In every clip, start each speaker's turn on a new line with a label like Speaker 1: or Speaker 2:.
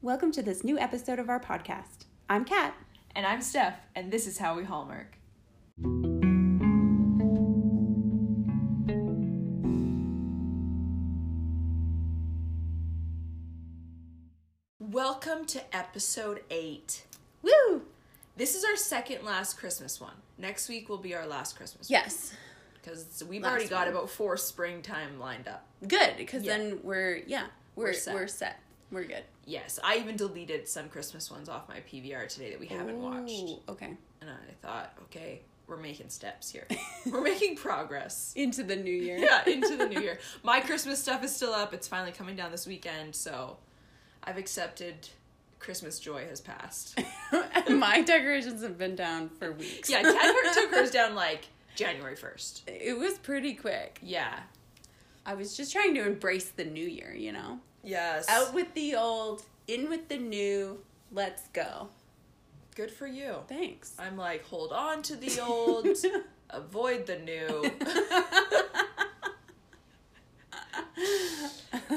Speaker 1: Welcome to this new episode of our podcast. I'm Kat.
Speaker 2: And I'm Steph, and this is how we hallmark. Welcome to episode 8.
Speaker 1: Woo!
Speaker 2: This is our second last Christmas one. Next week will be our last Christmas
Speaker 1: Yes.
Speaker 2: because we've
Speaker 1: Last
Speaker 2: already got
Speaker 1: one.
Speaker 2: about four springtime lined up.
Speaker 1: Good, because
Speaker 2: Yeah.
Speaker 1: then we're, yeah, we're, we're,
Speaker 2: We're
Speaker 1: set.
Speaker 2: set.
Speaker 1: we're good.
Speaker 2: Yes, I even deleted some Christmas ones off my PVR today that we haven't watched.
Speaker 1: Ooh, Okay.
Speaker 2: And I thought, okay, we're making steps here. we're making progress.
Speaker 1: Into the new year.
Speaker 2: yeah, into the new year. My Christmas stuff is still up. It's finally coming down this weekend, so I've accepted Christmas joy has passed.
Speaker 1: My decorations have been down for weeks.
Speaker 2: Yeah, Ted took hers down like January 1st.
Speaker 1: It was pretty quick.
Speaker 2: Yeah.
Speaker 1: I was just trying to embrace the new year, you know?
Speaker 2: Yes.
Speaker 1: Out with the old, in with the new, let's go.
Speaker 2: Good for you.
Speaker 1: Thanks.
Speaker 2: I'm like, hold on to the old, avoid the new.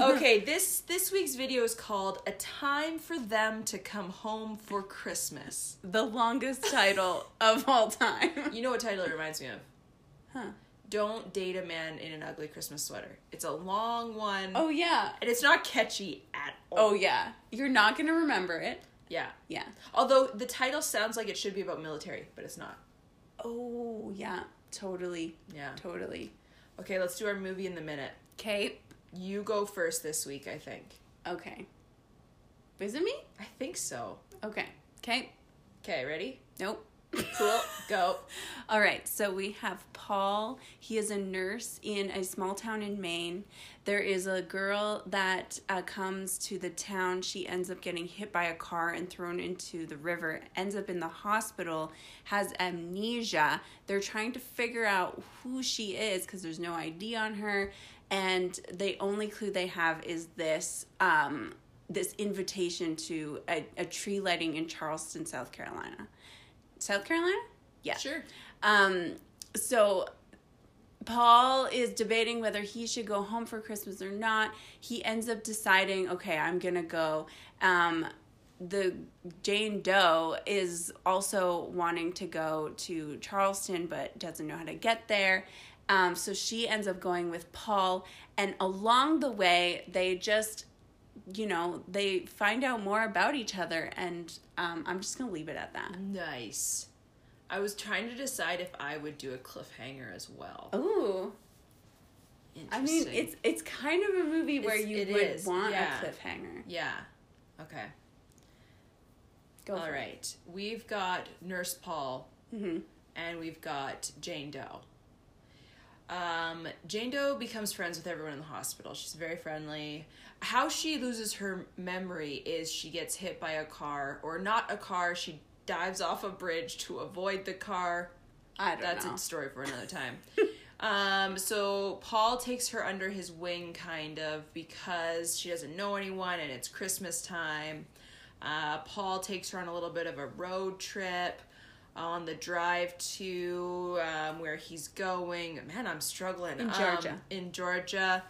Speaker 2: okay, this this week's video is called A Time for Them to Come Home for Christmas.
Speaker 1: the longest title of all time.
Speaker 2: You know what title it reminds me of?
Speaker 1: Huh.
Speaker 2: Don't date a man in an ugly Christmas sweater. It's a long one.
Speaker 1: Oh, yeah.
Speaker 2: And it's not catchy at all.
Speaker 1: Oh, yeah. You're not going to remember it.
Speaker 2: yeah.
Speaker 1: Yeah.
Speaker 2: Although the title sounds like it should be about military, but it's not.
Speaker 1: Oh, yeah. Totally.
Speaker 2: Yeah.
Speaker 1: Totally.
Speaker 2: Okay, let's do our movie in the minute.
Speaker 1: Okay.
Speaker 2: You go first this week, I think.
Speaker 1: Okay. Is it me?
Speaker 2: I think so.
Speaker 1: Okay. Okay.
Speaker 2: Okay, ready?
Speaker 1: Nope.
Speaker 2: Cool. go.
Speaker 1: All right, so we have Paul. He is a nurse in a small town in Maine. There is a girl that uh, comes to the town. She ends up getting hit by a car and thrown into the river, ends up in the hospital, has amnesia. They're trying to figure out who she is because there's no ID on her. And the only clue they have is this um, this invitation to a, a tree lighting in Charleston, South Carolina. South Carolina? Yeah.
Speaker 2: Sure.
Speaker 1: Um, so Paul is debating whether he should go home for Christmas or not. He ends up deciding, okay, I'm gonna go. Um, the Jane Doe is also wanting to go to Charleston but doesn't know how to get there. Um, so she ends up going with Paul, and along the way, they just, you know, they find out more about each other. And um, I'm just gonna leave it at that.
Speaker 2: Nice. I was trying to decide if I would do a cliffhanger as well.
Speaker 1: Ooh, I mean,
Speaker 2: Interesting.
Speaker 1: it's it's kind of a movie where
Speaker 2: It's-
Speaker 1: you
Speaker 2: it
Speaker 1: would
Speaker 2: is,
Speaker 1: want
Speaker 2: yeah.
Speaker 1: a cliffhanger.
Speaker 2: Yeah. Okay.
Speaker 1: Go
Speaker 2: All
Speaker 1: for it.
Speaker 2: right. We've got Nurse Paul and we've got Jane Doe. Um, Jane Doe becomes friends with everyone in the hospital. She's very friendly. How she loses her memory is she gets hit by a car, or not a car, she dives off a bridge to avoid the car.
Speaker 1: I don't
Speaker 2: That's
Speaker 1: know.
Speaker 2: a story for another time. um, so Paul takes her under his wing, kind of, because she doesn't know anyone and it's Christmas time. Uh, Paul takes her on a little bit of a road trip on the drive to um, where he's going. Man, I'm struggling. In
Speaker 1: Georgia.
Speaker 2: in Georgia.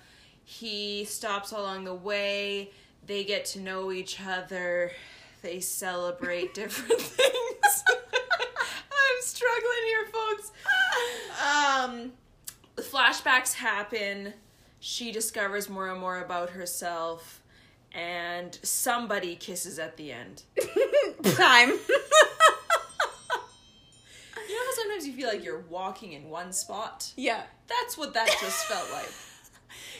Speaker 2: He stops along the way. They get to know each other. They celebrate different things. I'm struggling here, folks. Um, the flashbacks happen. She discovers more and more about herself, and somebody kisses at the end.
Speaker 1: Time.
Speaker 2: You know how sometimes you feel like you're walking in one spot?
Speaker 1: yeah.
Speaker 2: That's what that just felt like.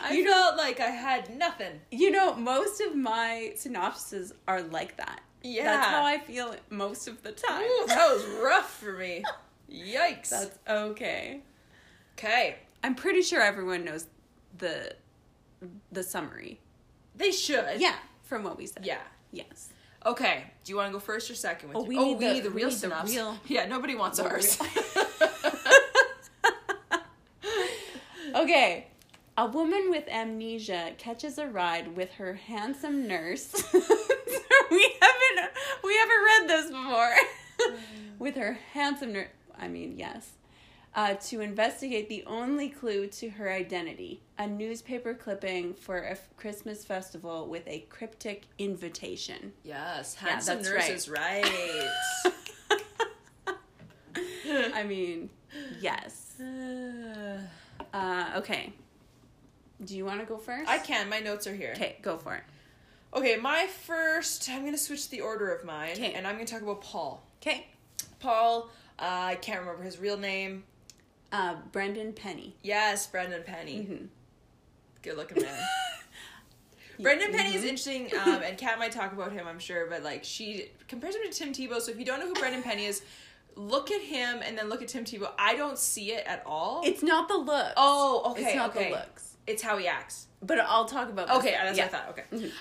Speaker 2: I
Speaker 1: You
Speaker 2: felt like I had nothing.
Speaker 1: You know, most of my synopses are like that. That's
Speaker 2: Yeah.
Speaker 1: how I feel most of the time.
Speaker 2: Ooh, that was rough for me. Yikes.
Speaker 1: That's okay.
Speaker 2: okay.
Speaker 1: I'm pretty sure everyone knows the the summary.
Speaker 2: They should.
Speaker 1: Yeah, from what we said.
Speaker 2: Yeah.
Speaker 1: Yes.
Speaker 2: Okay. Do you want to go first or second? With
Speaker 1: Oh,
Speaker 2: you?
Speaker 1: we need the- we need the
Speaker 2: synopsis.
Speaker 1: real-
Speaker 2: Yeah, nobody wants ours.
Speaker 1: Okay. A woman with amnesia catches a ride with her handsome nurse. we haven't we haven't read this before. with her handsome nurse. I mean, yes. uh, to investigate the only clue to her identity a newspaper clipping for a f- Christmas festival with a cryptic invitation.
Speaker 2: Yes,
Speaker 1: Yeah,
Speaker 2: handsome
Speaker 1: that's
Speaker 2: nurse
Speaker 1: right.
Speaker 2: is right.
Speaker 1: I mean, yes. Uh, okay. Do you want to go first?
Speaker 2: I can. My notes are here.
Speaker 1: Okay, go for it.
Speaker 2: Okay, my first. I'm gonna switch the order of mine,
Speaker 1: 'Kay.
Speaker 2: and I'm gonna talk about Paul.
Speaker 1: Okay.
Speaker 2: Paul. Uh, I can't remember his real name.
Speaker 1: Uh, Brendan Penny.
Speaker 2: Yes, Brendan Penny.
Speaker 1: Mhm.
Speaker 2: Good looking man. Brendan Penny
Speaker 1: Mm-hmm.
Speaker 2: is interesting, um, and Kat might talk about him, I'm sure, but like she compares him to Tim Tebow. So if you don't know who Brendan Penny is, look at him and then look at Tim Tebow. I don't see it at all.
Speaker 1: It's not the look.
Speaker 2: oh, okay,
Speaker 1: it's not
Speaker 2: okay.
Speaker 1: the looks.
Speaker 2: It's how he acts.
Speaker 1: But I'll talk about this.
Speaker 2: Okay, that's
Speaker 1: Yeah. Mm-hmm.
Speaker 2: what I thought. Okay.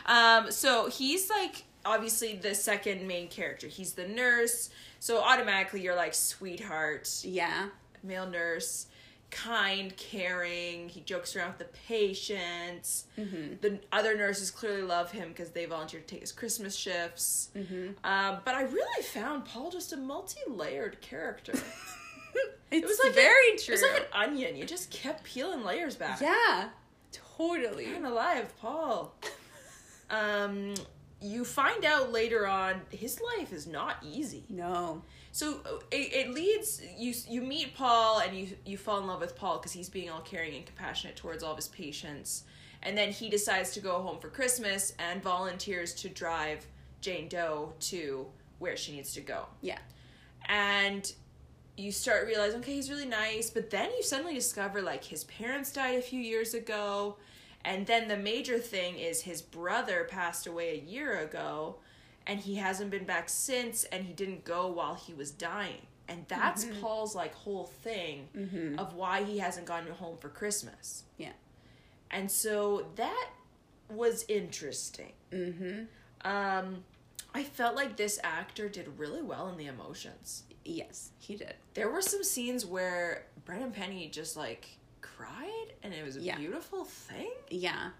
Speaker 2: Um, so he's like obviously the second main character. He's the nurse, so automatically you're like sweetheart,
Speaker 1: Yeah.
Speaker 2: male nurse, kind, caring. He jokes around with the patients.
Speaker 1: Mm-hmm.
Speaker 2: The other nurses clearly love him because they volunteered to take his Christmas shifts.
Speaker 1: Mm-hmm.
Speaker 2: Um, but I really found Paul just a multi-layered character. it
Speaker 1: It's
Speaker 2: was like
Speaker 1: very
Speaker 2: a,
Speaker 1: true.
Speaker 2: It was like an onion. You just kept peeling layers back.
Speaker 1: yeah. Totally.
Speaker 2: Man alive, Paul. Um, you find out later on his life is not easy.
Speaker 1: No.
Speaker 2: So uh, it, it leads you. You meet Paul and you you fall in love with Paul because he's being all caring and compassionate towards all of his patients. And then he decides to go home for Christmas and volunteers to drive Jane Doe to where she needs to go.
Speaker 1: Yeah.
Speaker 2: And you start realizing, okay, he's really nice, but then you suddenly discover like his parents died a few years ago, and then the major thing is his brother passed away a year ago, and he hasn't been back since, and he didn't go while he was dying. And that's Paul's like whole thing of why he hasn't gone home for Christmas.
Speaker 1: Yeah.
Speaker 2: And so that was interesting.
Speaker 1: Mm-hmm.
Speaker 2: Um I felt like this actor did really well in the emotions.
Speaker 1: Yes, he did.
Speaker 2: There were some scenes where Brennan Penny just like cried, and it was a
Speaker 1: Yeah.
Speaker 2: beautiful thing.
Speaker 1: Yeah.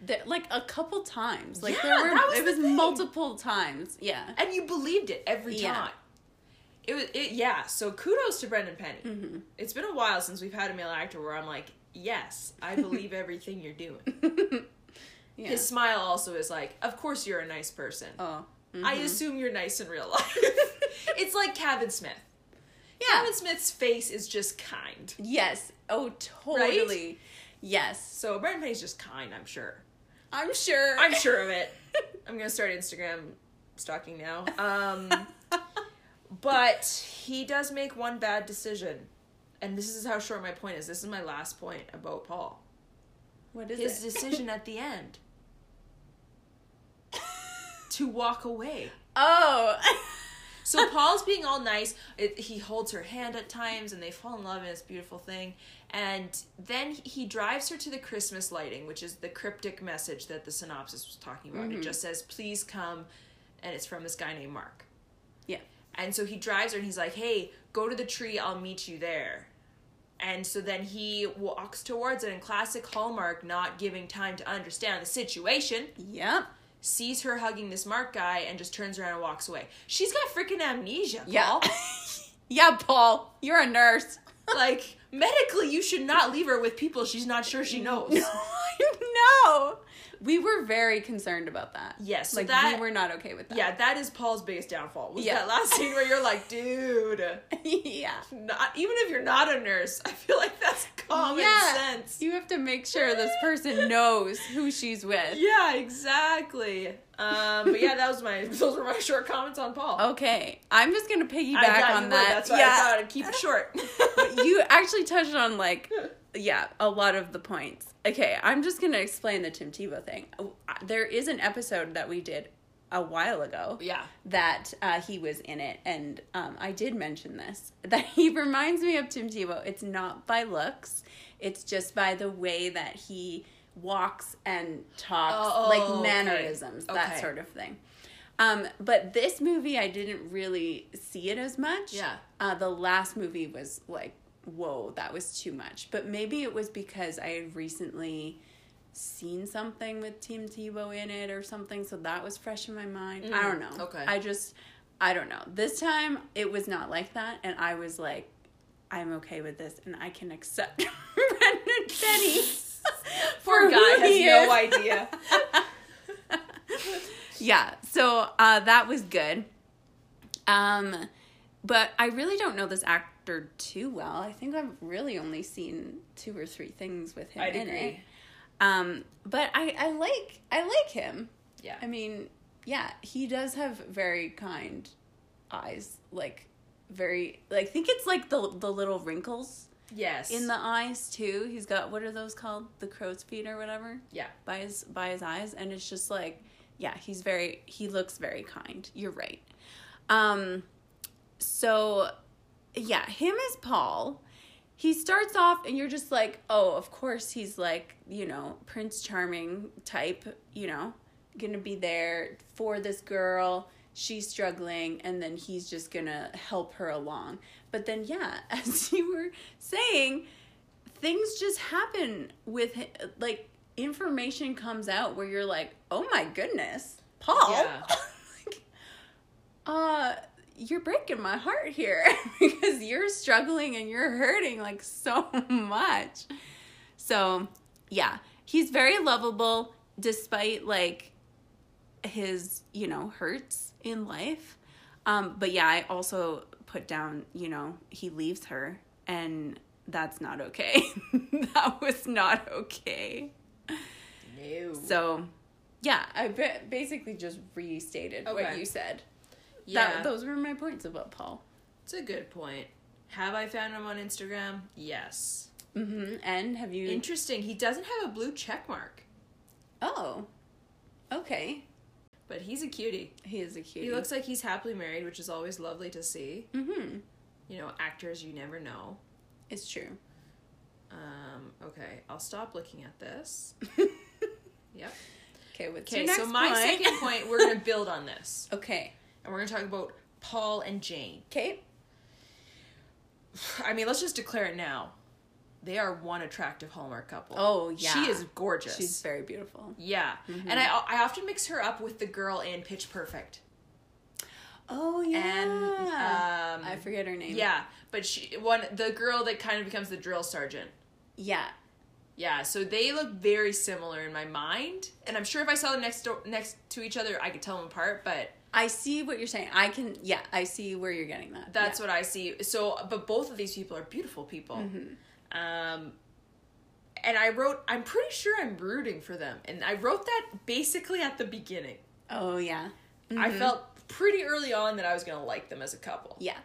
Speaker 1: There, like a couple times. Like
Speaker 2: Yeah,
Speaker 1: there were
Speaker 2: that was
Speaker 1: it
Speaker 2: the
Speaker 1: was
Speaker 2: thing.
Speaker 1: multiple times. Yeah.
Speaker 2: And you believed it every
Speaker 1: Yeah.
Speaker 2: time. It was, it, yeah. So kudos to Brendan Penny.
Speaker 1: Mm-hmm.
Speaker 2: It's been a while since we've had a male actor where I'm like, yes, I believe everything you're doing.
Speaker 1: Yeah.
Speaker 2: His smile also is like, of course you're a nice person.
Speaker 1: oh. Mm.
Speaker 2: I assume you're nice in real life. it's like Kevin Smith.
Speaker 1: Yeah.
Speaker 2: Kevin Smith's face is just kind.
Speaker 1: Yes. Oh, totally. Yes.
Speaker 2: So Brendan Penny's just kind, I'm sure.
Speaker 1: I'm sure.
Speaker 2: I'm sure of it. I'm gonna start Instagram stalking now. Um, but he does make one bad decision, and this is how short my point is. This is my last point about Paul.
Speaker 1: what is
Speaker 2: His
Speaker 1: it?
Speaker 2: decision at the end to walk away.
Speaker 1: oh.
Speaker 2: So Paul's being all nice. It, he holds her hand at times, and they fall in love, and it's a beautiful thing. And then he drives her to the Christmas lighting, which is the cryptic message that the synopsis was talking about.
Speaker 1: Mm-hmm.
Speaker 2: It just says, "Please come," and it's from this guy named Mark.
Speaker 1: yeah.
Speaker 2: And so he drives her, and he's like, "Hey, go to the tree. I'll meet you there." And so then he walks towards it in classic Hallmark, not giving time to understand the situation
Speaker 1: Yep.
Speaker 2: sees her hugging this Mark guy and just turns around and walks away. She's got freaking amnesia,
Speaker 1: Yeah.
Speaker 2: Paul.
Speaker 1: yeah, Paul. You're a nurse.
Speaker 2: like medically, you should not leave her with people she's not sure she knows.
Speaker 1: no. We were very concerned about that.
Speaker 2: Yes, so
Speaker 1: like
Speaker 2: that-
Speaker 1: we were not okay with that.
Speaker 2: Yeah, that is Paul's biggest downfall. Was
Speaker 1: Yeah.
Speaker 2: that last scene where you're like, dude,
Speaker 1: yeah.
Speaker 2: not even if you're not a nurse, I feel like that's common
Speaker 1: Yeah.
Speaker 2: sense.
Speaker 1: You have to make sure this person knows who she's with.
Speaker 2: Yeah, exactly. Um, but yeah, that was my those were my short comments on Paul.
Speaker 1: Okay, I'm just gonna piggyback
Speaker 2: I got you
Speaker 1: Oh, on
Speaker 2: would,
Speaker 1: that.
Speaker 2: That's why
Speaker 1: yeah,
Speaker 2: I thought I'd keep it short.
Speaker 1: you actually touched on like yeah a lot of the points okay i'm just gonna explain the tim tebow thing there is an episode that we did a while ago
Speaker 2: yeah.
Speaker 1: that uh, he was in it and um, i did mention this that he reminds me of tim tebow it's not by looks it's just by the way that he walks and talks
Speaker 2: Oh,
Speaker 1: like
Speaker 2: okay.
Speaker 1: mannerisms that
Speaker 2: Okay.
Speaker 1: sort of thing um, but this movie i didn't really see it as much
Speaker 2: Yeah.
Speaker 1: uh, the last movie was like whoa that was too much but maybe it was because i had recently seen something with tim tebow in it or something so that was fresh in my mind i don't know
Speaker 2: Mm-hmm. okay.
Speaker 1: i just i don't know this time it was not like that and i was like I'm okay with this and I can accept Brendan Penny. for
Speaker 2: Poor guy
Speaker 1: who
Speaker 2: has
Speaker 1: he
Speaker 2: no
Speaker 1: is.
Speaker 2: idea.
Speaker 1: yeah, so uh, that was good. Um, but I really don't know this actor too well. I think I've really only seen two or three things with him
Speaker 2: I'd
Speaker 1: in it.
Speaker 2: agree.
Speaker 1: Um, but I, I like I like him.
Speaker 2: Yeah.
Speaker 1: I mean, yeah, he does have very kind eyes. Like very like I think it's like the the little wrinkles
Speaker 2: yes.
Speaker 1: in the eyes too. He's got what are those called? The crow's feet or whatever
Speaker 2: yeah.
Speaker 1: by his by his eyes and it's just like yeah he's very he looks very kind you're right um so yeah him as paul he starts off and you're just like oh of course he's like you know prince charming type you know gonna be there for this girl she's struggling and then he's just gonna help her along but then yeah as you were saying things just happen with hi- like information comes out where you're like, oh my goodness, Paul,
Speaker 2: Yeah.
Speaker 1: Like, uh, you're breaking my heart here because you're struggling and you're hurting like so much. So yeah, he's very lovable despite like his you know hurts in life. Um, but yeah, I also put down, you know, he leaves her and that's not okay. that was not okay.
Speaker 2: No.
Speaker 1: So, yeah, I ba- basically just restated what
Speaker 2: Okay.
Speaker 1: you said.
Speaker 2: yeah.
Speaker 1: That, those were my points about Paul.
Speaker 2: It's a good point. Have I found him on Instagram? Yes.
Speaker 1: hmm And have you?
Speaker 2: Interesting. He doesn't have a blue check mark,
Speaker 1: oh, okay.
Speaker 2: but he's a cutie.
Speaker 1: He is a cutie.
Speaker 2: He looks like he's happily married, which is always lovely to see.
Speaker 1: Mm-hmm.
Speaker 2: You know, actors, you never know.
Speaker 1: It's true.
Speaker 2: Um, okay, I'll stop looking at this. Yep.
Speaker 1: okay. What's
Speaker 2: Okay,
Speaker 1: your next
Speaker 2: so my
Speaker 1: point?
Speaker 2: second point, we're going to build on this.
Speaker 1: okay.
Speaker 2: And we're going to talk about Paul and Jane.
Speaker 1: Kate.
Speaker 2: I mean, let's just declare it now. They are one attractive Hallmark couple.
Speaker 1: Oh, yeah.
Speaker 2: She is gorgeous.
Speaker 1: She's very Mm-hmm. beautiful.
Speaker 2: Yeah. And I I often mix her up with the girl in Pitch Perfect.
Speaker 1: Oh yeah.
Speaker 2: And um
Speaker 1: I forget her name.
Speaker 2: Yeah, but she one the girl that kind of becomes the drill sergeant.
Speaker 1: Yeah.
Speaker 2: Yeah, so they look very similar in my mind, and I'm sure if I saw them next door, next to each other, I could tell them apart. But
Speaker 1: I see what you're saying. I can. Yeah. I see where you're getting that.
Speaker 2: that's
Speaker 1: Yeah.
Speaker 2: what I see. So, but both of these people are beautiful people.
Speaker 1: Mm-hmm.
Speaker 2: Um, and I wrote, I'm pretty sure I'm rooting for them, and I wrote that basically at the beginning.
Speaker 1: Oh yeah.
Speaker 2: I felt pretty early on that I was gonna like them as a couple.
Speaker 1: Yeah.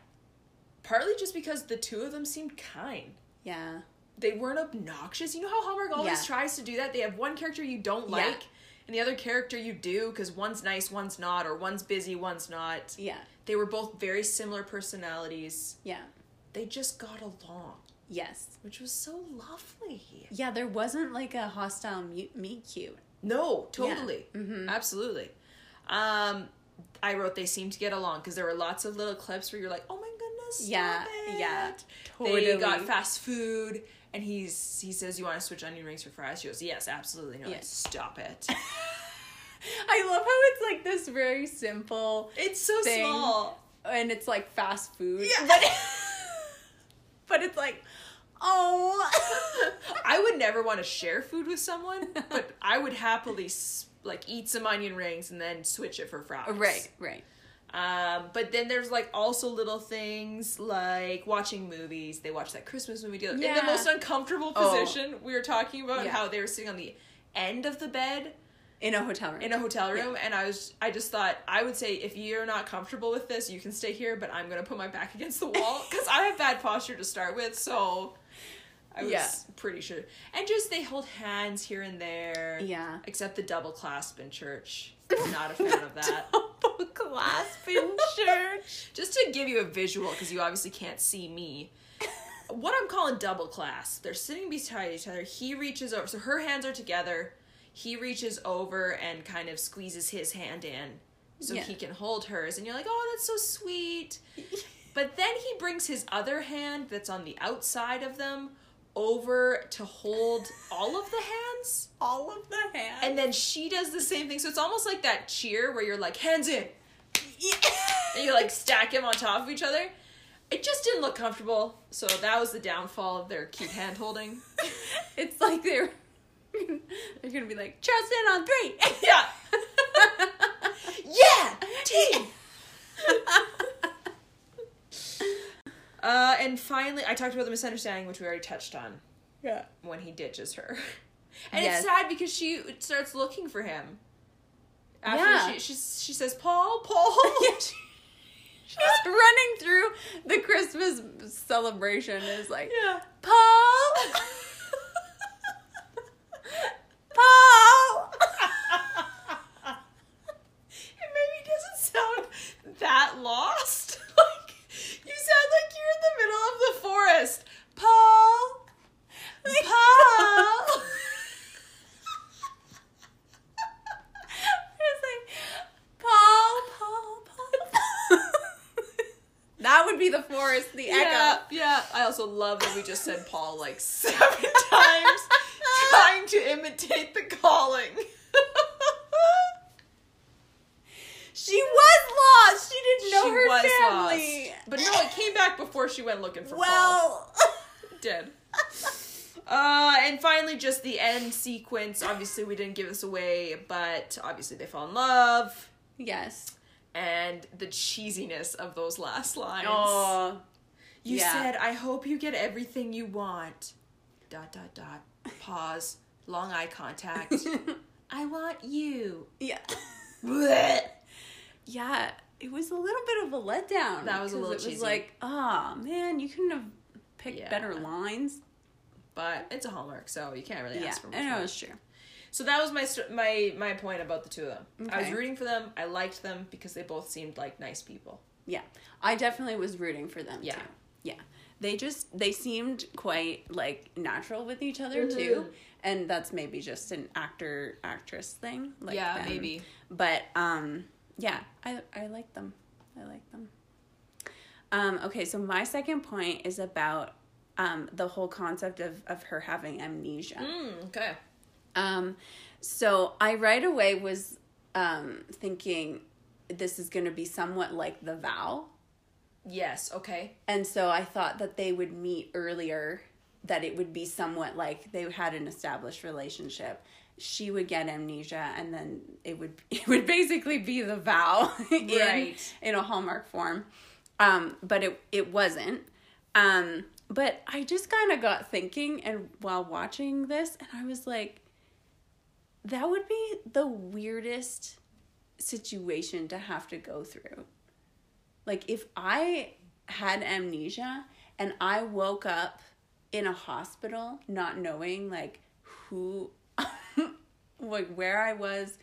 Speaker 2: partly just because the two of them seemed kind.
Speaker 1: Yeah.
Speaker 2: They weren't obnoxious. You know how Hallmark always
Speaker 1: Yeah.
Speaker 2: tries to do that? They have one character you don't
Speaker 1: Yeah.
Speaker 2: like and the other character you do because one's nice, one's not, or one's busy, one's not.
Speaker 1: Yeah.
Speaker 2: They were both very similar personalities.
Speaker 1: Yeah.
Speaker 2: They just got along,
Speaker 1: Yes.
Speaker 2: which was so lovely.
Speaker 1: Yeah, there wasn't like a hostile meet, meet cute.
Speaker 2: No, totally. Absolutely. Um, I wrote they seemed to get along because there were lots of little clips where you're like, oh my goodness, stop
Speaker 1: Yeah,
Speaker 2: it."
Speaker 1: yeah,
Speaker 2: They got
Speaker 1: totally.
Speaker 2: fast food, and he's he says, "You want to switch onion rings for fries?" She goes, "Yes, absolutely." No,
Speaker 1: Yeah.
Speaker 2: like, stop it.
Speaker 1: I love how it's like this very simple
Speaker 2: it's so
Speaker 1: Thing.
Speaker 2: small.
Speaker 1: and it's like fast food.
Speaker 2: But
Speaker 1: But it's like, oh.
Speaker 2: I would never want to share food with someone, but I would happily s- like eat some onion rings and then switch it for fries.
Speaker 1: right, right.
Speaker 2: Um, but then there's like also little things like watching movies. They watch that Christmas movie deal in
Speaker 1: Yeah.
Speaker 2: the most uncomfortable
Speaker 1: Oh.
Speaker 2: position. We were talking about
Speaker 1: Yeah.
Speaker 2: how they were sitting on the end of the bed
Speaker 1: In a hotel room.
Speaker 2: in a hotel room, and I was I just thought I would say if you're not comfortable with this, you can stay here, but I'm gonna put my back against the wall because I have bad posture to start with, so. I was
Speaker 1: Yeah.
Speaker 2: pretty sure. And just they hold hands here and there.
Speaker 1: Yeah.
Speaker 2: Except the double clasp in church. Not a fan of that.
Speaker 1: Double clasp in church.
Speaker 2: Just to give you a visual, because you obviously can't see me, what I'm calling double class. They're sitting beside each other. He reaches over, so her hands are together. He reaches over and kind of squeezes his hand in so
Speaker 1: Yeah.
Speaker 2: he can hold hers. And you're like, oh, that's so sweet. But then he brings his other hand that's on the outside of them over to hold all of the hands.
Speaker 1: All of the hands.
Speaker 2: And then she does the same thing. So it's almost like that cheer where you're like, hands in,
Speaker 1: yeah.
Speaker 2: and you like stack them on top of each other. It just didn't look comfortable, so that was the downfall of their cute hand holding.
Speaker 1: It's like they're they're gonna be like Charleston on three.
Speaker 2: yeah! Yeah! Team! Uh, and finally, I talked about the misunderstanding, which we already touched on
Speaker 1: yeah.
Speaker 2: when he ditches her. And
Speaker 1: Yes.
Speaker 2: it's sad because she starts looking for him. After
Speaker 1: Yeah.
Speaker 2: she, she she says, Paul, Paul.
Speaker 1: Just running through the Christmas celebration is like
Speaker 2: yeah.
Speaker 1: Paul, Paul.
Speaker 2: it maybe doesn't sound that lost. like you sound like you're in the middle of the forest. Paul, Paul.
Speaker 1: It's like Paul, Paul, Paul. that would be the forest, the
Speaker 2: yeah,
Speaker 1: echo.
Speaker 2: yeah. I also love that we just said Paul like seven times, trying to imitate the calling.
Speaker 1: She was lost. She didn't know
Speaker 2: she
Speaker 1: her
Speaker 2: was
Speaker 1: family.
Speaker 2: lost, but no, it came back before she went looking for Paul.
Speaker 1: Well,
Speaker 2: did. Uh, and finally, just the end sequence. Obviously, we didn't give this away, but obviously they fall in love,
Speaker 1: yes.
Speaker 2: and the cheesiness of those last lines.
Speaker 1: Oh,
Speaker 2: you
Speaker 1: yeah.
Speaker 2: said, "I hope you get everything you want." Dot dot dot. Pause. Long eye contact. I want you.
Speaker 1: yeah,
Speaker 2: Blech.
Speaker 1: yeah. It was a little bit of a letdown.
Speaker 2: That
Speaker 1: 'cause
Speaker 2: was a little
Speaker 1: It
Speaker 2: cheesy.
Speaker 1: was like, oh man, you couldn't have picked
Speaker 2: Yeah.
Speaker 1: better lines.
Speaker 2: But it's a hallmark, so you can't really
Speaker 1: Yeah,
Speaker 2: ask for much.
Speaker 1: I
Speaker 2: more.
Speaker 1: know it's true.
Speaker 2: So that was my st- my my point about the two of them. I was
Speaker 1: Okay.
Speaker 2: rooting for them. I liked them because they both seemed like nice people.
Speaker 1: Yeah, I definitely was rooting for them.
Speaker 2: Yeah.
Speaker 1: too. yeah. They just they seemed quite like natural with each other
Speaker 2: Mm-hmm.
Speaker 1: too, and that's maybe just an actor actress thing. Like
Speaker 2: Yeah,
Speaker 1: them.
Speaker 2: maybe.
Speaker 1: But um, yeah, I I like them. I like them. Um, okay, so my second point is about um, the whole concept of of her having amnesia.
Speaker 2: Mm, okay.
Speaker 1: Um, so I right away was um thinking this is going to be somewhat like the vow
Speaker 2: Yes. Okay.
Speaker 1: And so I thought that they would meet earlier, that it would be somewhat like they had an established relationship. She would get amnesia, and then it would it would basically be the vow in,
Speaker 2: Right.
Speaker 1: in a hallmark form. Um, but it it wasn't. Um, but I just kind of got thinking, and while watching this, and I was like, that would be the weirdest situation to have to go through. Like if I had amnesia and I woke up in a hospital not knowing like who like where I was,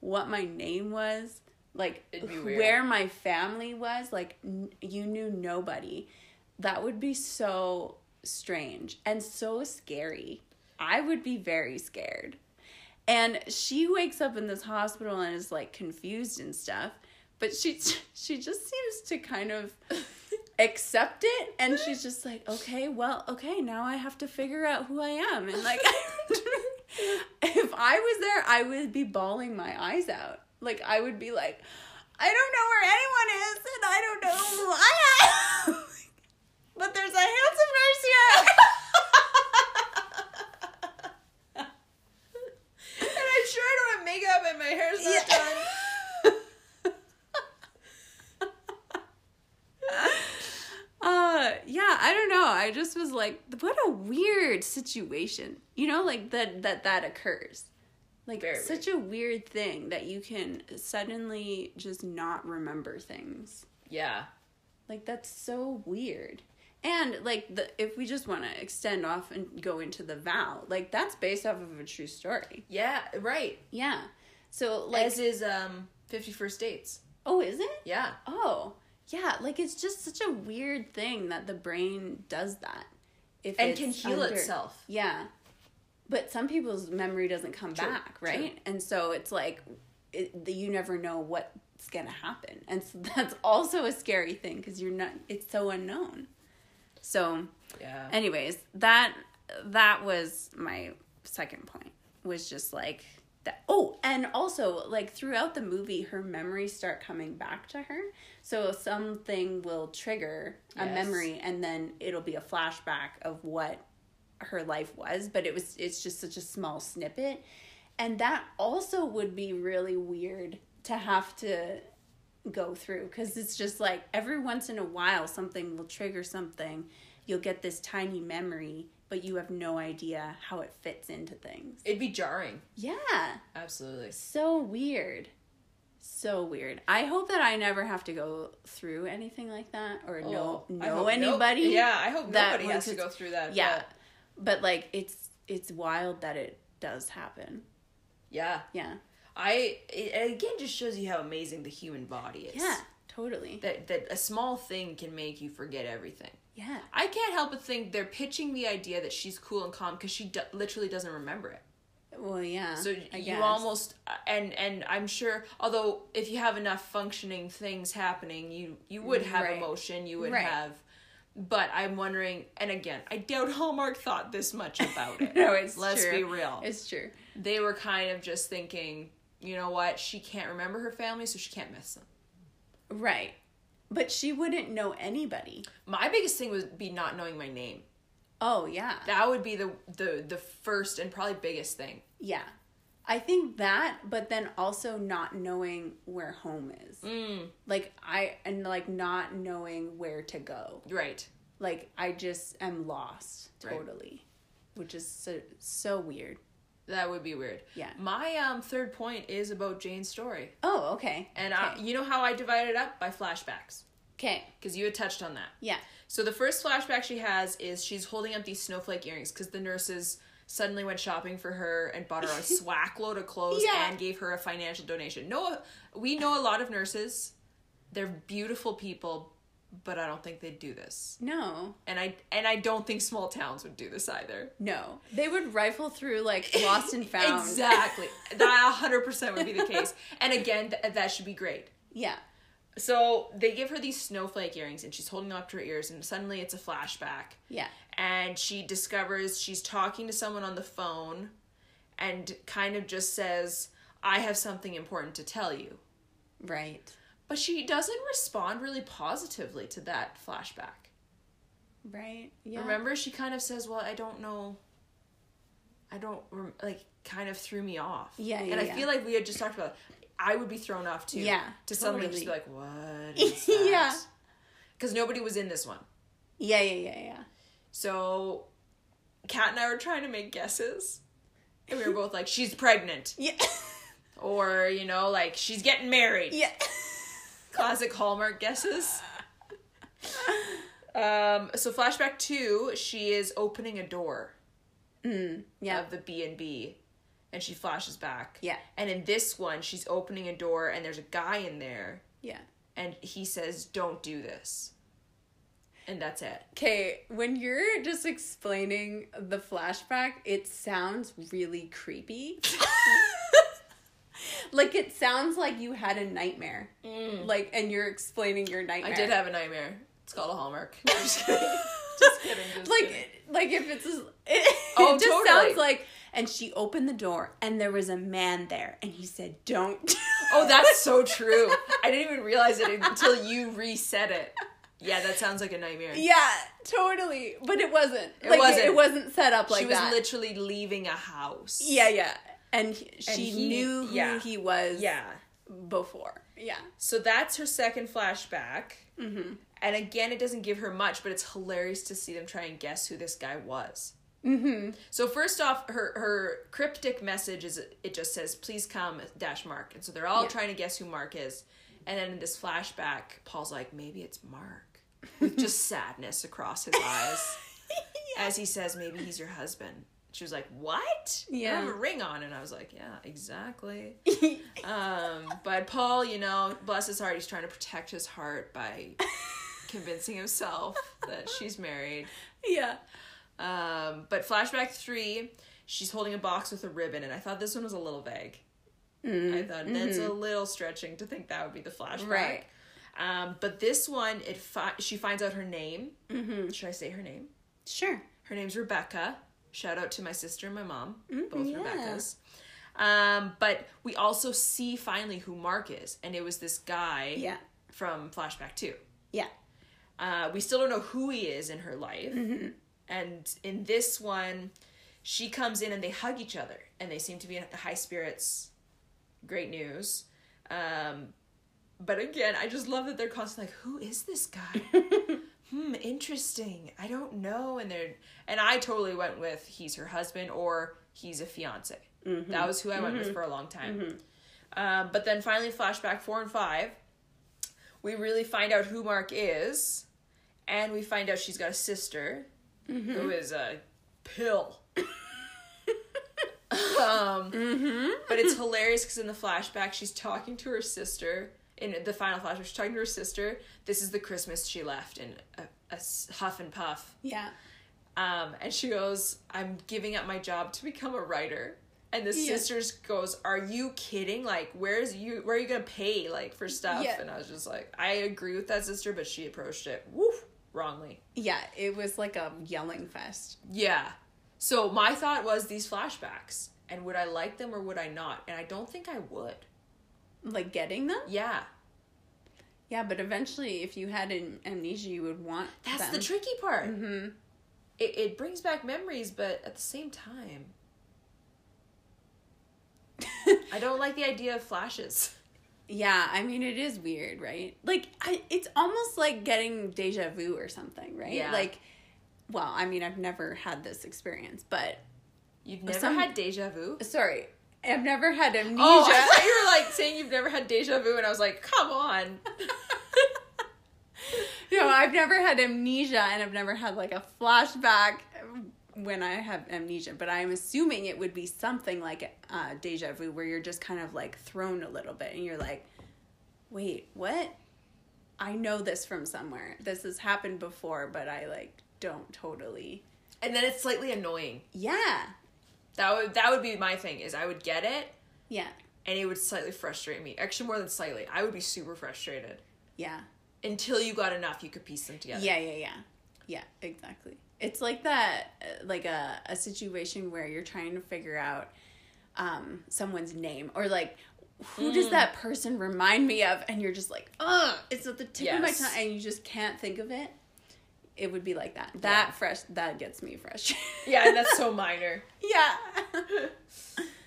Speaker 1: what my name was, like
Speaker 2: It'd be weird.
Speaker 1: where my family was, like n- you knew nobody. That would be so strange and so scary. I would be very scared. And she wakes up in this hospital and is like confused and stuff, but she she just seems to kind of accept it and she's just like, "Okay, well, okay, now I have to figure out who I am." And like if I was there, I would be bawling my eyes out. Like I would be like, "I don't know where anyone is and I don't know who I am." but there's a handsome nurse here.
Speaker 2: And I'm sure I don't have makeup and my hair's not
Speaker 1: Yeah.
Speaker 2: done.
Speaker 1: Uh, yeah, I don't know. I just was like, what a weird situation. You know, like that that that occurs. Like
Speaker 2: Very
Speaker 1: such a weird thing that you can suddenly just not remember things.
Speaker 2: Yeah.
Speaker 1: Like that's so weird. And like the if we just want to extend off and go into the vow, like that's based off of a true story.
Speaker 2: Yeah. Right.
Speaker 1: Yeah. So like
Speaker 2: As is um Fifty First Dates.
Speaker 1: oh, is it?
Speaker 2: Yeah.
Speaker 1: Oh, yeah. Like it's just such a weird thing that the brain does that. If
Speaker 2: And
Speaker 1: it's
Speaker 2: can heal
Speaker 1: under-
Speaker 2: itself.
Speaker 1: Yeah, but some people's memory doesn't come
Speaker 2: True,
Speaker 1: back, right? And so it's like it, the, you never know what's gonna happen, and so that's also a scary thing because you're not. It's so unknown. So,
Speaker 2: Yeah.
Speaker 1: anyways, that that was my second point. Was just like that oh and also like throughout the movie her memories start coming back to her so something will trigger a
Speaker 2: Yes.
Speaker 1: memory and then it'll be a flashback of what her life was but it was it's just such a small snippet and that also would be really weird to have to go through because it's just like every once in a while something will trigger something you'll get this tiny memory but you have no idea how it fits into things
Speaker 2: It'd be jarring.
Speaker 1: yeah
Speaker 2: Absolutely.
Speaker 1: so weird so weird i hope that i never have to go through anything like that or know
Speaker 2: Oh, I
Speaker 1: know
Speaker 2: hope no-
Speaker 1: anybody
Speaker 2: yeah, I hope
Speaker 1: that
Speaker 2: nobody has
Speaker 1: wants
Speaker 2: to
Speaker 1: to-
Speaker 2: go through that.
Speaker 1: yeah
Speaker 2: but-
Speaker 1: but like it's it's wild that it does happen
Speaker 2: yeah.
Speaker 1: yeah
Speaker 2: I it it again just shows you how amazing the human body is.
Speaker 1: yeah totally
Speaker 2: That that a small thing can make you forget everything.
Speaker 1: yeah
Speaker 2: I can't help but think they're pitching the idea that she's cool and calm because she do- literally doesn't remember it.
Speaker 1: well yeah
Speaker 2: So
Speaker 1: I
Speaker 2: you
Speaker 1: guess.
Speaker 2: almost uh, and and I'm sure although if you have enough functioning things happening, you you would have
Speaker 1: Right.
Speaker 2: emotion, you would
Speaker 1: Right.
Speaker 2: have but I'm wondering and again, I doubt Hallmark thought this much about it.
Speaker 1: no it's
Speaker 2: Let's
Speaker 1: true.
Speaker 2: be real.
Speaker 1: it's true
Speaker 2: They were kind of just thinking, you know what, she can't remember her family, so she can't miss them.
Speaker 1: Right. But she wouldn't know anybody.
Speaker 2: My biggest thing would be not knowing my name.
Speaker 1: Oh, yeah.
Speaker 2: That would be the the the first and probably biggest thing.
Speaker 1: yeah. I think that, but then also not knowing where home is.
Speaker 2: Mm.
Speaker 1: Like, I, and like not knowing where to go.
Speaker 2: Right.
Speaker 1: Like, I just am lost
Speaker 2: Right.
Speaker 1: totally, which is so, so weird.
Speaker 2: That would be weird.
Speaker 1: Yeah.
Speaker 2: My um third point is about Jane's story.
Speaker 1: Oh, okay.
Speaker 2: And I,
Speaker 1: okay.
Speaker 2: you know how I divided it up by flashbacks
Speaker 1: Okay.
Speaker 2: because you had touched on that.
Speaker 1: Yeah.
Speaker 2: So the first flashback she has is she's holding up these snowflake earrings because the nurses suddenly went shopping for her and bought her a swack load of clothes
Speaker 1: Yeah.
Speaker 2: and gave her a financial donation. No, we know a lot of nurses; they're beautiful people, but I don't think they'd do this.
Speaker 1: No,
Speaker 2: And I and I don't think small towns would do this either.
Speaker 1: no. They would rifle through like lost and found.
Speaker 2: Exactly, that hundred percent would be the case. And again, th- that should be great.
Speaker 1: Yeah.
Speaker 2: So they give her these snowflake earrings and she's holding them up to her ears and suddenly it's a flashback.
Speaker 1: Yeah.
Speaker 2: And she discovers she's talking to someone on the phone and kind of just says, I have something important to tell you.
Speaker 1: Right.
Speaker 2: But she doesn't respond really positively to that flashback.
Speaker 1: Right. Yeah.
Speaker 2: Remember, she kind of says, Well, I don't know. I don't, rem-, like, kind of threw me off.
Speaker 1: Yeah, yeah,
Speaker 2: And I
Speaker 1: yeah.
Speaker 2: feel like we had just talked about it. I would be thrown off too.
Speaker 1: Yeah,
Speaker 2: To suddenly just be
Speaker 1: totally.
Speaker 2: like, What is that?
Speaker 1: Yeah.
Speaker 2: Because nobody was in this one.
Speaker 1: Yeah, yeah, yeah, yeah.
Speaker 2: So, Kat and I were trying to make guesses. And we were both like, she's pregnant.
Speaker 1: Yeah.
Speaker 2: Or, you know, like, she's getting married.
Speaker 1: yeah.
Speaker 2: Classic Hallmark guesses. Um, so flashback two, she is opening a door Mm,
Speaker 1: yeah.
Speaker 2: of the B and B, and she flashes back.
Speaker 1: Yeah.
Speaker 2: And in this one, she's opening a door, and there's a guy in there,
Speaker 1: Yeah.
Speaker 2: and he says, "Don't do this," and that's it.
Speaker 1: Okay, when you're just explaining the flashback, it sounds really creepy. like it sounds like you had a nightmare. Like and you're explaining your nightmare.
Speaker 2: I did have a nightmare. It's called a Hallmark. I'm just kidding. Just kidding. Just
Speaker 1: like
Speaker 2: kidding.
Speaker 1: like if it's just- it,
Speaker 2: Oh,
Speaker 1: it just
Speaker 2: totally.
Speaker 1: sounds like and she opened the door and there was a man there and he said, "Don't."
Speaker 2: Oh, that's so true. I didn't even realize it until you reset it. Yeah, that sounds like a nightmare.
Speaker 1: yeah, totally. But it wasn't. It
Speaker 2: wasn't.
Speaker 1: It wasn't set up like
Speaker 2: she was
Speaker 1: that.
Speaker 2: literally leaving a house.
Speaker 1: yeah, yeah. And he- she
Speaker 2: he-
Speaker 1: knew who
Speaker 2: yeah.
Speaker 1: he was
Speaker 2: Yeah.
Speaker 1: before. Yeah.
Speaker 2: So that's her second flashback. Mm-hmm. And again, it doesn't give her much, but it's hilarious to see them try and guess who this guy was. Mm-hmm. So first off, her her cryptic message is it just says please come dash Mark, and so they're all
Speaker 1: Yeah.
Speaker 2: trying to guess who Mark is, and then in this flashback, Paul's like maybe it's Mark, with just sadness across his eyes. as he says, maybe he's your husband. She was like, "What?
Speaker 1: Yeah.
Speaker 2: I have a ring on," and I was like, "Yeah, exactly." um, but Paul, you know, bless his heart, he's trying to protect his heart by convincing himself that she's married.
Speaker 1: yeah.
Speaker 2: Um, but flashback three, she's holding a box with a ribbon, and I thought this one was a little vague.
Speaker 1: Mm,
Speaker 2: I thought that's a little stretching to think that would be the flashback.
Speaker 1: mm-hmm. Right.
Speaker 2: Um, but this one, it fi- she finds out her name. Mm-hmm. Should I say her name?
Speaker 1: Sure.
Speaker 2: Her name's Rebecca. Shout out to my sister and my mom, both
Speaker 1: Mm, yeah.
Speaker 2: Rebecca's. Um, but we also see finally who Mark is, and it was this guy
Speaker 1: Yeah.
Speaker 2: from Flashback 2.
Speaker 1: Yeah.
Speaker 2: Uh, we still don't know who he is in her life. And in this one, she comes in and they hug each other, and they seem to be in high spirits. Great news. Um, but again, I just love that they're constantly like, "Who is this guy?" hmm, interesting. I don't know. And they're and I totally went with he's her husband or he's a fiance. That was who I went with for a long time. Um, but then finally, flashback four and five, we really find out who Mark is, and we find out she's got a sister
Speaker 1: Mm-hmm.
Speaker 2: who is a pill. um,
Speaker 1: Mm-hmm.
Speaker 2: But it's hilarious because in the flashback, she's talking to her sister. In the final flashback, she's talking to her sister. This is the Christmas she left in a, a s- huff and puff.
Speaker 1: Yeah.
Speaker 2: Um, and she goes, I'm giving up my job to become a writer. And the
Speaker 1: Yeah.
Speaker 2: sisters goes, Are you kidding? Like, where's you where are you gonna pay like for stuff?
Speaker 1: Yeah.
Speaker 2: And I was just like, I agree with that sister, but she approached it woof wrongly.
Speaker 1: Yeah. It was like a yelling fest.
Speaker 2: Yeah. So my thought was these flashbacks and would I like them or would I not? And I don't think I would.
Speaker 1: Like getting them?
Speaker 2: Yeah.
Speaker 1: Yeah, but eventually, if you had an amnesia, you would want
Speaker 2: That's
Speaker 1: them.
Speaker 2: the tricky part. Mm-hmm. It it brings back memories, but at the same time, I don't like the idea of flashes.
Speaker 1: yeah, I mean, it is weird, right? Like, I, it's almost like getting deja vu or something, right?
Speaker 2: Yeah.
Speaker 1: Like, well, I mean, I've never had this experience, but
Speaker 2: You've never
Speaker 1: some- Oh,
Speaker 2: had deja vu?
Speaker 1: sorry, I've never had amnesia.
Speaker 2: Oh, I thought you were like saying you've never had deja vu, and I was like, come on.
Speaker 1: no, I've never had amnesia, and I've never had like a flashback when I have amnesia. But I'm assuming it would be something like uh, deja vu, where you're just kind of like thrown a little bit, and you're like, "Wait, what? I know this from somewhere. This has happened before, but I like don't totally."
Speaker 2: And then it's slightly annoying.
Speaker 1: Yeah,
Speaker 2: That would that would be my thing is I would get it,
Speaker 1: yeah,
Speaker 2: and it would slightly frustrate me. Actually, more than slightly, I would be super frustrated
Speaker 1: yeah.
Speaker 2: until you got enough you could piece them together.
Speaker 1: Yeah, yeah, yeah. Yeah, exactly. It's like that, uh, like a, a situation where you're trying to figure out um, someone's name or like, who
Speaker 2: Mm.
Speaker 1: does that person remind me of? And you're just like, ugh, it's at the tip of my
Speaker 2: Yes.
Speaker 1: tongue, and you just can't think of it. It would be like that. That
Speaker 2: Yeah.
Speaker 1: fresh. That gets me fresh.
Speaker 2: Yeah, and that's so minor.
Speaker 1: yeah.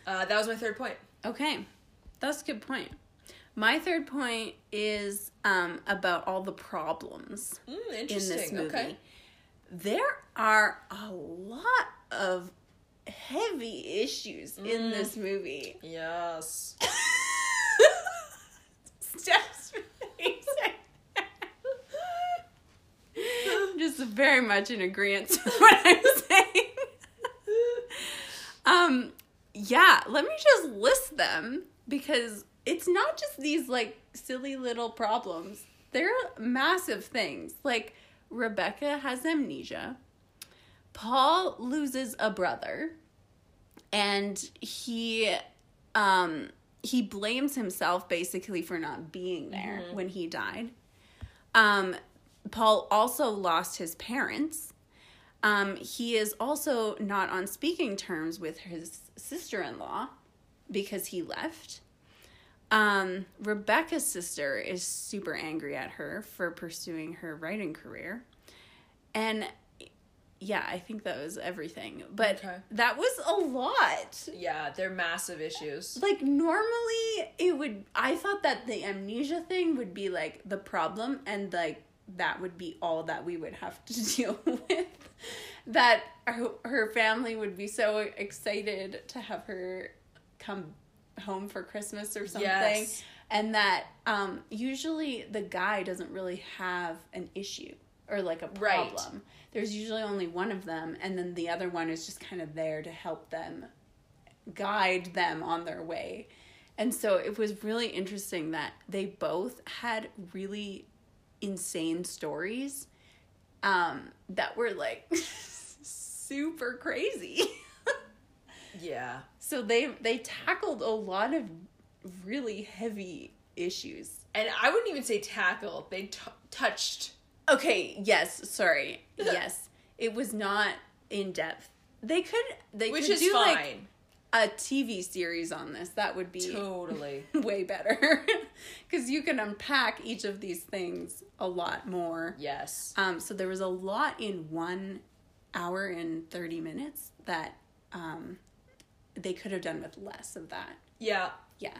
Speaker 2: Uh, that was my third point.
Speaker 1: okay, that's a good point. My third point is um, about all the problems.
Speaker 2: Mm,
Speaker 1: in
Speaker 2: interesting.
Speaker 1: this movie.
Speaker 2: Okay.
Speaker 1: There are a lot of heavy issues
Speaker 2: Mm-hmm.
Speaker 1: in this movie.
Speaker 2: Yes.
Speaker 1: Steph's face. Just very much in agreement with what I'm saying. um, yeah, let me just list them because it's not just these like silly little problems. They're massive things. Like Rebecca has amnesia. Paul loses a brother and he um he blames himself basically for not being there when he died. Um Paul also lost his parents. Um he is also not on speaking terms with his sister-in-law because he left. Um Rebecca's sister is super angry at her for pursuing her writing career. And yeah, I think that was everything. But
Speaker 2: Okay.
Speaker 1: that was a lot
Speaker 2: Yeah, they're massive issues.
Speaker 1: like normally it would i thought that the amnesia thing would be like the problem and like that would be all that we would have to deal with that her, her family would be so excited to have her come home for christmas or something
Speaker 2: Yes.
Speaker 1: and that um usually the guy doesn't really have an issue or like a
Speaker 2: Right.
Speaker 1: problem there's usually only one of them and then the other one is just kind of there to help them guide them on their way. And so it was really interesting that they both had really insane stories um, that were like super crazy.
Speaker 2: Yeah.
Speaker 1: so they they tackled a lot of really heavy issues.
Speaker 2: And I wouldn't even say tackle. They t- touched.
Speaker 1: Okay, yes, sorry. Yes. It was not in depth. They could they
Speaker 2: Which
Speaker 1: could
Speaker 2: is
Speaker 1: do
Speaker 2: fine.
Speaker 1: like a TV series on this, that would be
Speaker 2: Totally.
Speaker 1: way better because you can unpack each of these things a lot more.
Speaker 2: Yes.
Speaker 1: Um, so there was a lot in one hour and 30 minutes that um, they could have done with less of that.
Speaker 2: Yeah.
Speaker 1: Yeah,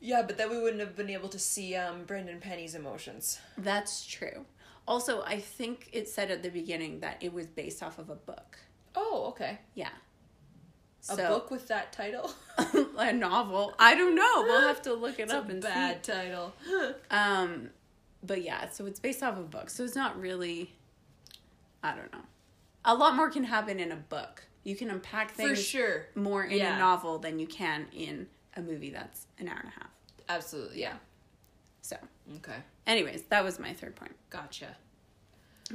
Speaker 2: Yeah, but then we wouldn't have been able to see um Brendan Penny's emotions.
Speaker 1: that's true. Also, I think it said at the beginning that it was based off of a book.
Speaker 2: Oh, okay.
Speaker 1: Yeah.
Speaker 2: A book with that title.
Speaker 1: a novel. I don't know. We'll have to look it
Speaker 2: It's a
Speaker 1: up and
Speaker 2: bad title.
Speaker 1: see. Um, but yeah, so it's based off of a book. So it's not really. I don't know. A lot more can happen in a book. You can unpack
Speaker 2: For
Speaker 1: things
Speaker 2: sure.
Speaker 1: more in
Speaker 2: Yeah.
Speaker 1: a novel than you can in a movie that's an hour and a half.
Speaker 2: Absolutely. Yeah.
Speaker 1: So,
Speaker 2: Okay.
Speaker 1: anyways, that was my third point.
Speaker 2: Gotcha.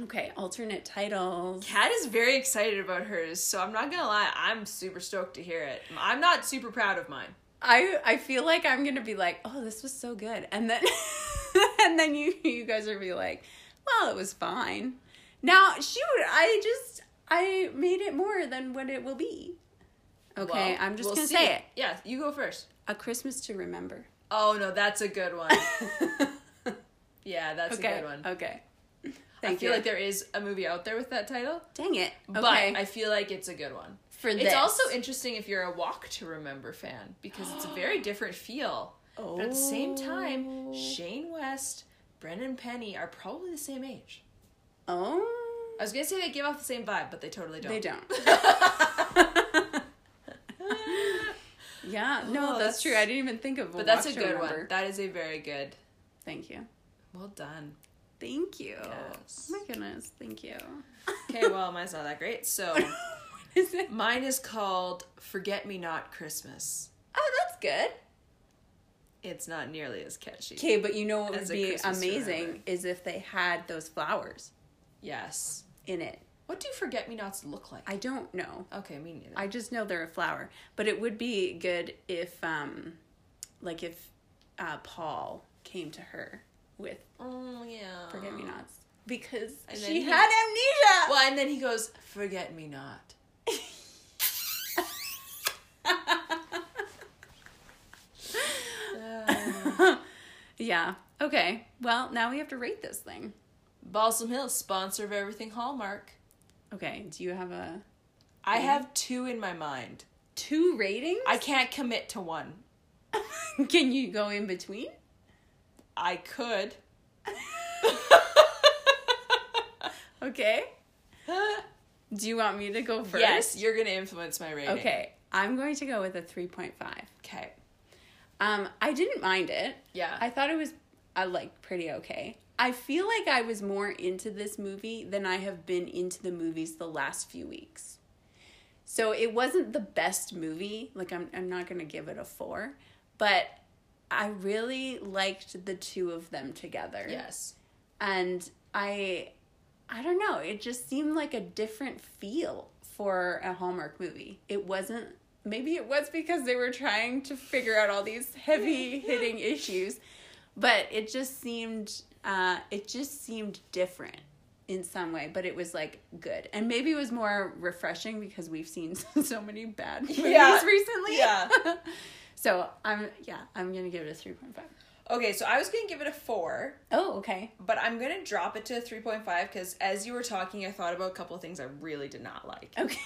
Speaker 1: Okay, alternate titles.
Speaker 2: Kat is very excited about hers, so I'm not gonna lie, I'm super stoked to hear it. I'm not super proud of mine.
Speaker 1: I I feel like I'm gonna be like, oh, this was so good, and then and then you you guys are gonna be like, well, it was fine. Now, shoot, I just I made it more than what it will be. Okay,
Speaker 2: Well,
Speaker 1: I'm just
Speaker 2: we'll
Speaker 1: gonna
Speaker 2: see.
Speaker 1: say it.
Speaker 2: Yeah, you go first.
Speaker 1: A Christmas to Remember.
Speaker 2: Oh no, that's a good one. yeah, that's
Speaker 1: okay.
Speaker 2: a good one.
Speaker 1: Okay.
Speaker 2: I
Speaker 1: Thank
Speaker 2: feel
Speaker 1: you.
Speaker 2: like there is a movie out there with that title,
Speaker 1: Dang it.
Speaker 2: but
Speaker 1: okay.
Speaker 2: I feel like it's a good one.
Speaker 1: For
Speaker 2: It's also
Speaker 1: this.
Speaker 2: interesting if you're a Walk to Remember fan because it's a very different feel. But at the same time,
Speaker 1: Oh.
Speaker 2: Shane West, Brendan Penny are probably the same age.
Speaker 1: oh,
Speaker 2: I was gonna say they give off the same vibe, but they totally don't.
Speaker 1: they don't. yeah. No, that's,
Speaker 2: Oh, that's-
Speaker 1: true. I didn't even think of.
Speaker 2: But that's a
Speaker 1: watch to
Speaker 2: good
Speaker 1: remember.
Speaker 2: one. That is a very good.
Speaker 1: Thank you.
Speaker 2: Well done.
Speaker 1: Thank you.
Speaker 2: Yes.
Speaker 1: Oh my goodness, thank you.
Speaker 2: Okay, well, mine's not that great. So
Speaker 1: What is it?
Speaker 2: mine is called Forget Me Not Christmas.
Speaker 1: Oh, that's good.
Speaker 2: It's not nearly as catchy.
Speaker 1: Okay, but you know what would
Speaker 2: As a
Speaker 1: be
Speaker 2: Christmas
Speaker 1: amazing
Speaker 2: remember.
Speaker 1: is if they had those flowers
Speaker 2: Yes.
Speaker 1: in it.
Speaker 2: What do Forget Me Nots look like?
Speaker 1: I don't know.
Speaker 2: okay, me neither.
Speaker 1: I just know they're a flower, but it would be good if, um, like if uh, Paul came to her with
Speaker 2: oh, yeah.
Speaker 1: forget me nots because
Speaker 2: And then
Speaker 1: she
Speaker 2: he-
Speaker 1: had amnesia.
Speaker 2: Well, and then he goes, Forget Me Not. Uh,
Speaker 1: yeah. Okay. Well, now we have to rate this thing.
Speaker 2: Balsam Hill, sponsor of everything Hallmark.
Speaker 1: Okay. Do you have a
Speaker 2: I have two in my mind.
Speaker 1: two ratings?
Speaker 2: I can't commit to one.
Speaker 1: Can you go in between?
Speaker 2: I could.
Speaker 1: Okay. Do you want me to go first?
Speaker 2: Yes, you're gonna influence my rating.
Speaker 1: Okay. I'm going to go with a 3.5.
Speaker 2: Okay.
Speaker 1: Um, I didn't mind it.
Speaker 2: Yeah.
Speaker 1: I thought it was, I like, pretty okay. I feel like I was more into this movie than I have been into the movies the last few weeks. So it wasn't the best movie. Like, I'm, I'm not going to give it a four, but I really liked the two of them together.
Speaker 2: yes.
Speaker 1: and i i don't know it just seemed like a different feel for a hallmark movie it wasn't maybe it was because they were trying to figure out all these heavy hitting issues but it just seemed uh it just seemed different in some way but it was like good and maybe it was more refreshing because we've seen so many bad movies
Speaker 2: Yeah.
Speaker 1: recently
Speaker 2: Yeah.
Speaker 1: so i'm yeah i'm gonna give it a 3.5
Speaker 2: Okay, so I was gonna give it a four,
Speaker 1: oh okay
Speaker 2: but I'm gonna drop it to a three point five because as you were talking, I thought about a couple of things I really did not like.
Speaker 1: okay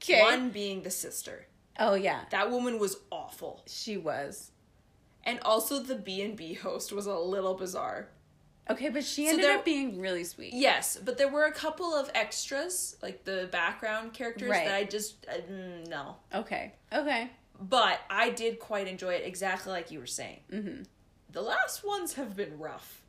Speaker 1: okay
Speaker 2: One being the sister.
Speaker 1: Oh yeah,
Speaker 2: That woman was awful,
Speaker 1: she was.
Speaker 2: and also the B and B host was a little bizarre.
Speaker 1: Okay, but she ended
Speaker 2: there-
Speaker 1: up being really sweet.
Speaker 2: Yes, but there were a couple of extras, like the background characters,
Speaker 1: Right.
Speaker 2: that I just uh, mm, no.
Speaker 1: Okay. Okay.
Speaker 2: But I did quite enjoy it, exactly like you were saying. Mm-hmm. The last ones have been rough.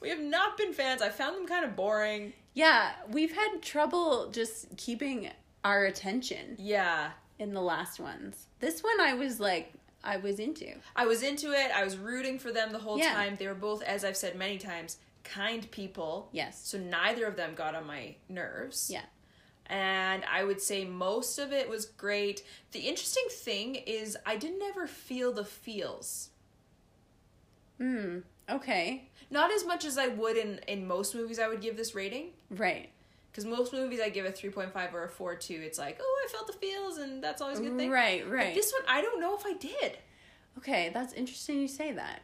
Speaker 2: we have not been fans. I found them kind of boring.
Speaker 1: Yeah, we've had trouble just keeping our attention
Speaker 2: Yeah,
Speaker 1: in the last ones. This one I was like I was into.
Speaker 2: I was into it. I was rooting for them the whole
Speaker 1: Yeah.
Speaker 2: time. They were both, as I've said many times, kind people.
Speaker 1: Yes.
Speaker 2: So neither of them got on my nerves.
Speaker 1: Yeah.
Speaker 2: And I would say most of it was great. The interesting thing is, I didn't ever feel the feels.
Speaker 1: Mm. Okay.
Speaker 2: Not as much as I would in, in most movies I would give this rating.
Speaker 1: Right.
Speaker 2: Because most movies I give a 3.5 or a 4 to. It's like, oh, I felt the feels, and that's always a good thing.
Speaker 1: Right,
Speaker 2: But
Speaker 1: right.
Speaker 2: this one, I don't know if I did.
Speaker 1: Okay, that's interesting you say that.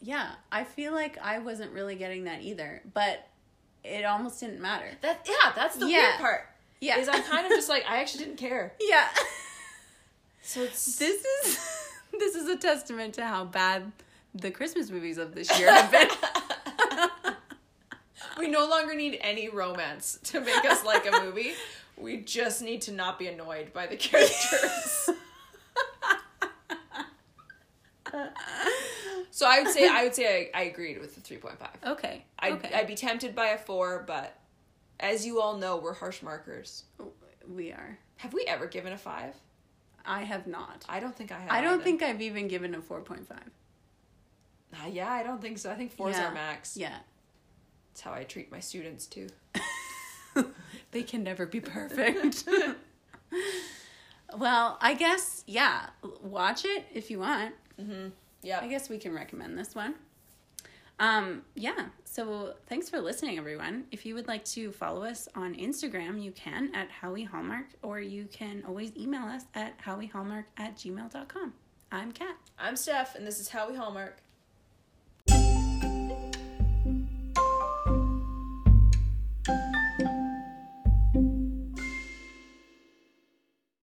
Speaker 1: Yeah, I feel like I wasn't really getting that either, but it almost didn't matter.
Speaker 2: That yeah, that's the
Speaker 1: Yeah.
Speaker 2: weird part.
Speaker 1: Yeah.
Speaker 2: Is I'm kind of just like I actually didn't care.
Speaker 1: Yeah.
Speaker 2: So it's
Speaker 1: this is this is a testament to how bad the Christmas movies of this year have been.
Speaker 2: we no longer need any romance to make us like a movie. We just need to not be annoyed by the characters. so I would say I would say I, I agreed with the 3.5.
Speaker 1: okay.
Speaker 2: I'd,
Speaker 1: okay.
Speaker 2: I'd be tempted by a 4, but as you all know, we're harsh markers.
Speaker 1: we are.
Speaker 2: Have we ever given a 5?
Speaker 1: I have not.
Speaker 2: I don't think I have.
Speaker 1: I don't
Speaker 2: either.
Speaker 1: think I've even given a 4.5.
Speaker 2: Uh, yeah, I don't think so. I think 4 is
Speaker 1: Yeah.
Speaker 2: our max.
Speaker 1: Yeah.
Speaker 2: That's how I treat my students too.
Speaker 1: they can never be perfect. well, I guess yeah, l- watch it if you want. I
Speaker 2: Yeah.
Speaker 1: guess we can recommend this one. Um, yeah, so thanks for listening, everyone. If you would like to follow us on Instagram, you can at Howie Hallmark, or you can always email us at howiehallmark at gmail.com. I'm Kat.
Speaker 2: I'm Steph, and this is Howie Hallmark.